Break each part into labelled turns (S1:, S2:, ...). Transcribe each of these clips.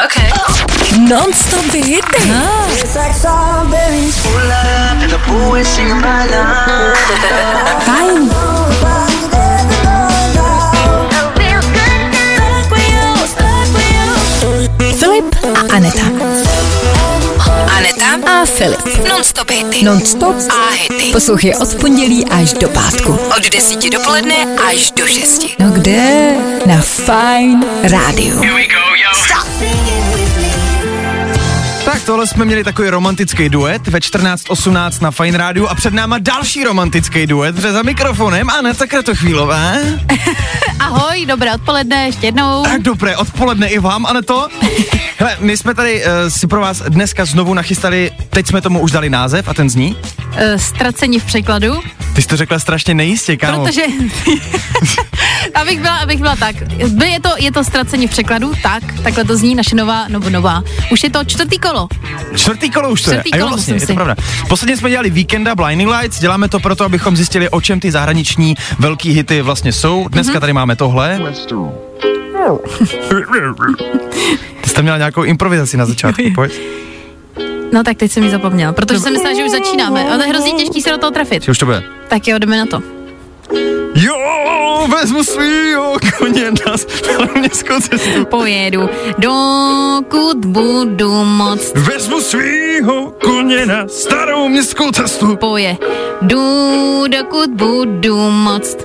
S1: Okay.
S2: Non-stop de hits.
S1: Ah,
S3: te la pude sin balas.
S2: Fine. Filip a Aneta.
S1: Aneta
S2: A Filip.
S1: Non-stop hity.
S2: Non-stop
S1: A hity.
S2: Poslouchej od pondělí až do pátku.
S1: Od 10 dopoledne až do 6.
S2: No kde? Na Fine Radio.
S4: Tak tohle jsme měli takový romantický duet ve 14.18 na Fine Rádiu a před náma další romantický duet, protože za mikrofonem Aneta Kratochvílová.
S5: Ahoj, dobré odpoledne, ještě jednou.
S4: Tak dobré odpoledne i vám, Aneto. Hele, my jsme tady uh, si pro vás dneska znovu nachystali, teď jsme tomu už dali název a ten zní.
S5: E, Ztracení v překladu,
S4: Ty jsi to řekla strašně nejistě, kámo.
S5: protože... abych byla, abych byla tak. By- Je to, je to ztracení v překladu, tak, takhle to zní naše nová, nebo nová. Už je to čtvrtý kolo.
S4: Čtvrtý kolo už to je.
S5: Čtvrtý
S4: A jo,
S5: kolo,
S4: vlastně,
S5: myslím
S4: je to
S5: si.
S4: pravda. Posledně jsme dělali víkenda Blinding Lights, děláme to proto, abychom zjistili, o čem ty zahraniční velký hity vlastně jsou. Dneska
S5: Mhm.
S4: tady máme tohle. Ty jste měla nějakou improvizaci na začátku, pojď.
S5: No tak teď jsem ji zapomněla, protože jsem myslela, že už začínáme, ale hrozně těžký se do toho trefit.
S4: Že už to bude.
S5: Tak jo, jdeme na to.
S4: Jo, vezmu svýho koně na starou městskou cestu.
S5: Pojedu, dokud budu moc
S4: Vezmu svýho koně na starou městskou cestu.
S5: pojedu, dokud budu moc.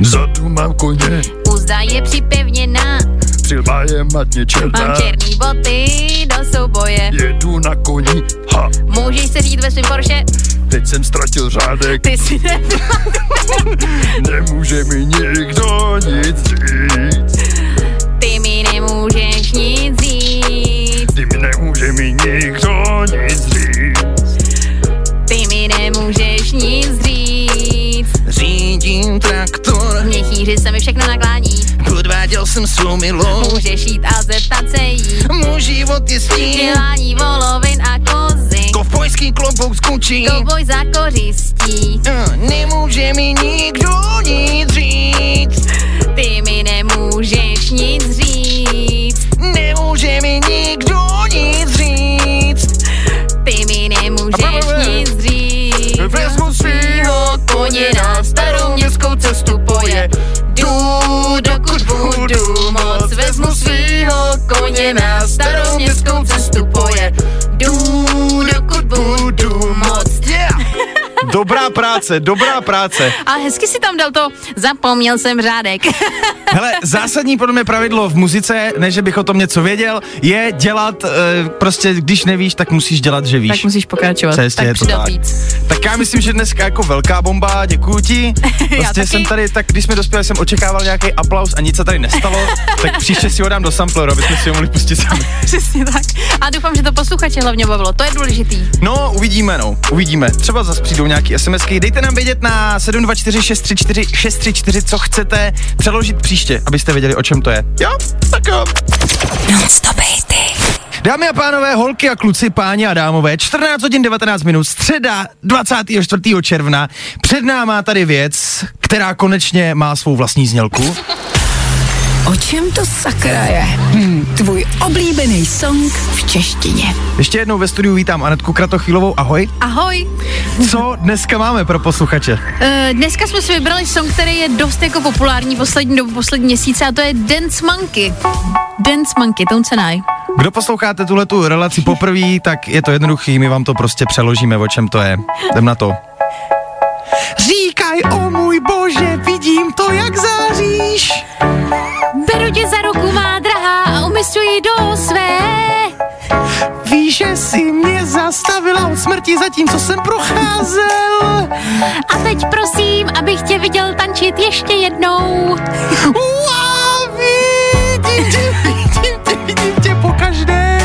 S6: Zadu mám koně,
S5: Úzda je připevněná,
S6: přilba je matně černá.
S5: mám černý boty do souboje.
S6: Jedu na koni, ha,
S5: Můžeš se řídit ve svém Porsche?
S6: teď jsem ztratil řádek,
S5: Ty si ne.
S6: nemůže mi nikdo nic říct.
S5: Ty mi nemůžeš nic říct.
S6: Ty mi nemůže mi nikdo nic říct.
S5: Ty mi nemůžeš nic říct.
S3: Řídím traktor,
S5: Měchýři se mi všechno naklání.
S3: podváděl jsem svou milou.
S5: Můžeš jít a zeptat se jí.
S3: Můj život je stín,
S5: Dělání volovin a kozy.
S3: kovbojský klobouk z kučí.
S5: Kovboj za kořistí.
S3: Eh, Nemůže mi nikdo nic říct,
S5: Ty mi nemůžeš nic říct.
S3: nemůže mi nikdo nic říct.
S5: Ty mi nemůžeš nic říct.
S6: Vezmu svýho koně na starou městskou cestu poje.
S5: Jdu, dokud budu moc, vezmu svýho koně na starou městskou cestu pojedu, dokud budu moc.
S4: Yeah. Dobrá práce, dobrá práce.
S5: A hezky si tam dal to, zapomněl jsem řádek.
S4: Hele, zásadní podle mě pravidlo v muzice, ne že bych o tom něco věděl, je dělat, e, prostě když nevíš, tak musíš dělat, že víš.
S5: tak musíš pokračovat,
S4: Přesně, je
S5: tak
S4: to
S5: přidal
S4: tak.
S5: víc.
S4: Tak já myslím, že dneska jako velká bomba, děkuji ti. Vlastně
S5: taky.
S4: jsem tady, tak když jsme dospěli, jsem očekával nějaký aplaus a nic se tady nestalo, tak příště si ho dám do sampleru, aby jsme si ho mohli pustit sami.
S5: Přesně tak. A doufám, že to posluchače hlavně bavilo, to je důležitý.
S4: No, uvidíme, no, uvidíme. Třeba zase přijdou nějaký SMSky. Dejte nám vědět na 724634634, co chcete přeložit příště, abyste věděli, o čem to je. Jo, tak jo.
S2: Non-stop hity.
S4: Dámy a pánové, holky a kluci, páni a dámové, 14 hodin 19 minut, středa 24. června. Před náma tady věc, která konečně má svou vlastní znělku.
S2: O čem to sakra je? Hm, tvůj oblíbený song v češtině.
S4: Ještě jednou ve studiu vítám Anetku Kratochvílovou, ahoj.
S5: Ahoj,
S4: Co dneska máme pro posluchače?
S5: Eh, dneska jsme si vybrali song, který je dost jako populární poslední dobu, poslední měsíce a to je Dance Monkey. Dance Monkey, Tone Senai.
S4: Kdo posloucháte tuhle tu relaci poprvé, tak je to jednoduchý, my vám to prostě přeložíme, o čem to je. Jdem na to. Říkaj, o můj bože, vidím to, jak záříš.
S5: Beru tě za ruku, má drahá, a umistuji do své.
S4: Víš, že jsi mě zastavila od smrti, zatímco jsem procházel.
S5: A teď prosím, abych tě viděl tančit ještě jednou.
S4: Uá, vidím tě, vidím tě, vidím tě pokaždé.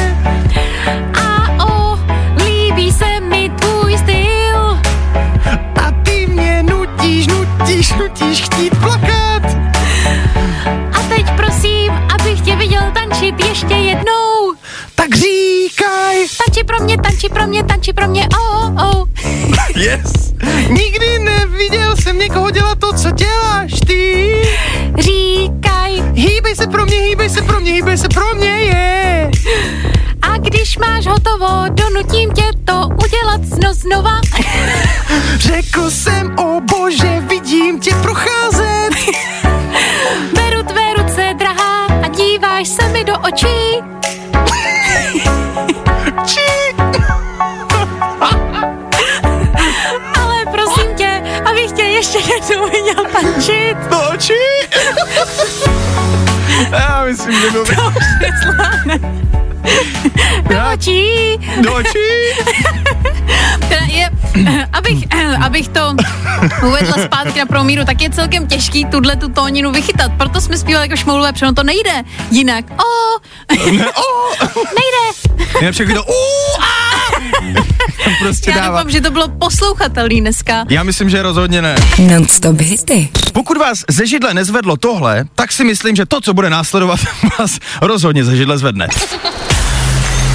S5: A o, líbí se mi tvůj styl.
S4: A ty mě nutíš, nutíš, nutíš chtít plakat.
S5: A teď prosím, abych tě viděl tančit ještě jednou.
S4: Tak říkaj,
S5: Tanči pro mě, tanči pro mě, tanči pro mě, o, oh, o. Oh.
S4: yes. Nikdy neviděl jsem někoho dělat to, co děláš ty.
S5: Říkaj,
S4: Hýbej se pro mě, hýbej se pro mě, hýbej se pro mě, je.
S5: donutím tě to udělat zno znova.
S4: Řekl jsem, o bože, vidím tě procházet.
S5: Beru tvé ruce, drahá, a díváš se mi do očí.
S4: Či,
S5: Ale prosím tě, abych tě ještě jednou viděl tančit.
S4: no, či. Já myslím, že byl...
S5: Do očí.
S4: Do očí.
S5: Teda je, abych, abych to uvedla zpátky na promíru, tak je celkem těžký tuhle tu tóninu vychytat. Proto jsme zpívali jako šmoulové přeno, to nejde jinak. O, nejde.
S4: Já všechno to... Uh, a, prostě
S5: Já
S4: dává.
S5: doufám, že to bylo poslouchatelný dneska.
S4: Já myslím, že rozhodně ne.
S2: Non-stop hity.
S4: Pokud vás ze židle nezvedlo tohle, tak si myslím, že to, co bude následovat, vás rozhodně ze židle zvedne.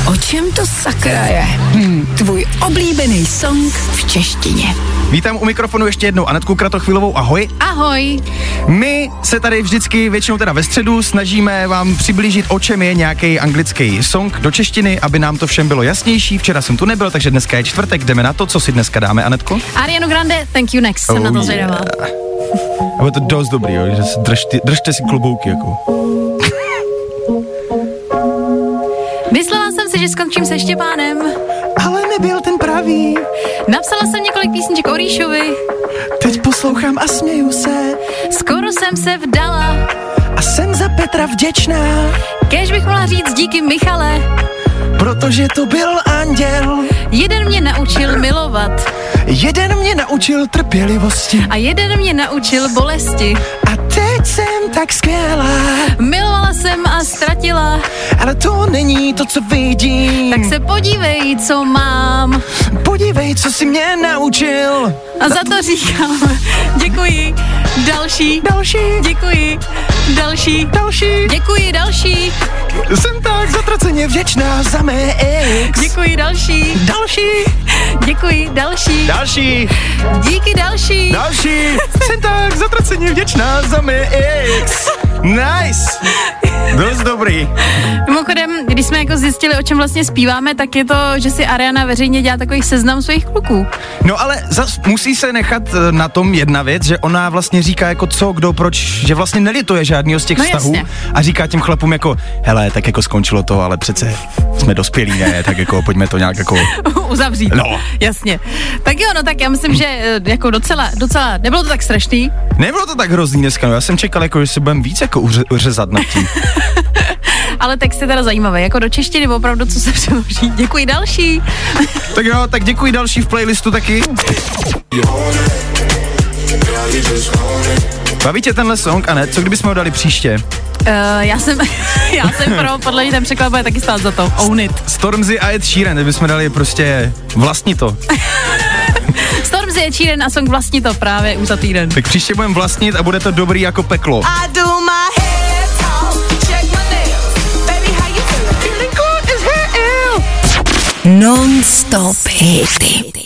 S2: O čem to sakra je? Hm, tvůj oblíbený song v češtině.
S4: Vítám u mikrofonu ještě jednou Anetku Kratochvilovou, ahoj.
S5: Ahoj.
S4: My se tady vždycky, většinou teda ve středu, snažíme vám přiblížit, o čem je nějaký anglický song do češtiny, aby nám to všem bylo jasnější. Včera jsem tu nebyl, takže dneska je čtvrtek, jdeme na to, co si dneska dáme, Anetko.
S5: Ariano Grande, thank you next. Jsem
S4: Oh
S5: na to
S4: yeah.
S5: zvědavá.
S4: A bude to dost dobrý, jo, že si držte, držte si klobouky, jako.
S5: Myslela jsem si, že skončím se Štěpánem.
S4: Ale nebyl ten pravý,
S5: Napsala jsem několik písniček o Rýšovi.
S4: teď poslouchám a směju se.
S5: Skoro jsem se vdala.
S4: A jsem za Petra vděčná,
S5: Kež bych mohla říct díky Michale.
S4: protože to byl anděl.
S5: Jeden mě naučil milovat
S4: Jeden mě naučil trpělivosti
S5: a jeden mě naučil bolesti.
S4: a teď jsem tak skvělá.
S5: Milovala jsem a ztratila,
S4: Ale to není to, co vidím.
S5: tak se podívej, co mám.
S4: podívej, co jsi mě naučil.
S5: A za to říkám, děkuji, další,
S4: Další,
S5: děkuji, další,
S4: další.
S5: děkuji, další,
S4: Jsem tak zatraceně vděčná za mé ex.
S5: děkuji, další,
S4: Další,
S5: děkuji, další,
S4: další,
S5: díky, další.
S4: další. Jsem tak zatraceně vděčná za mé ex. Nice. Dost dobrý.
S5: Mimochodem, když jsme jako zjistili, o čem vlastně zpíváme, tak je to, že si Ariana veřejně dělá takový seznam svých kluků.
S4: No ale zas musí se nechat eh, na tom jedna věc, že ona vlastně říká jako co, kdo, proč, že vlastně nelituje žádného z těch
S5: No
S4: vztahů
S5: jasně.
S4: a říká těm chlapům jako, hele, tak jako skončilo to, ale přece jsme dospělí, ne, tak jako pojďme to nějak jako...
S5: uzavřít.
S4: No.
S5: Jasně. Tak jo, no tak já myslím, že eh, jako docela, docela, nebylo to tak strašný.
S4: Nebylo to tak hrozný dneska, no, já jsem čekal jako, že se budeme víc jako uře- uřezat nad tím.
S5: Ale text je teda zajímavý, jako do češtiny opravdu, co se přeloží. Děkuji další.
S4: tak jo, tak děkuji další v playlistu taky. Baví tě tenhle song, a ne? Co kdybychom ho dali příště?
S5: Uh, já jsem, já jsem pro, podle mě ten překlad bude taky stát za to. Own it.
S4: Stormzy a Ed Sheeran, kdybychom dali prostě vlastní to.
S5: Stormzy je Číren a song vlastní to právě už za týden.
S4: Tak příště budeme vlastnit a bude to dobrý jako peklo.
S7: I do my hair talk, check my nails. Baby, how you feeling? Feeling good as hell.
S2: Non-stop hity.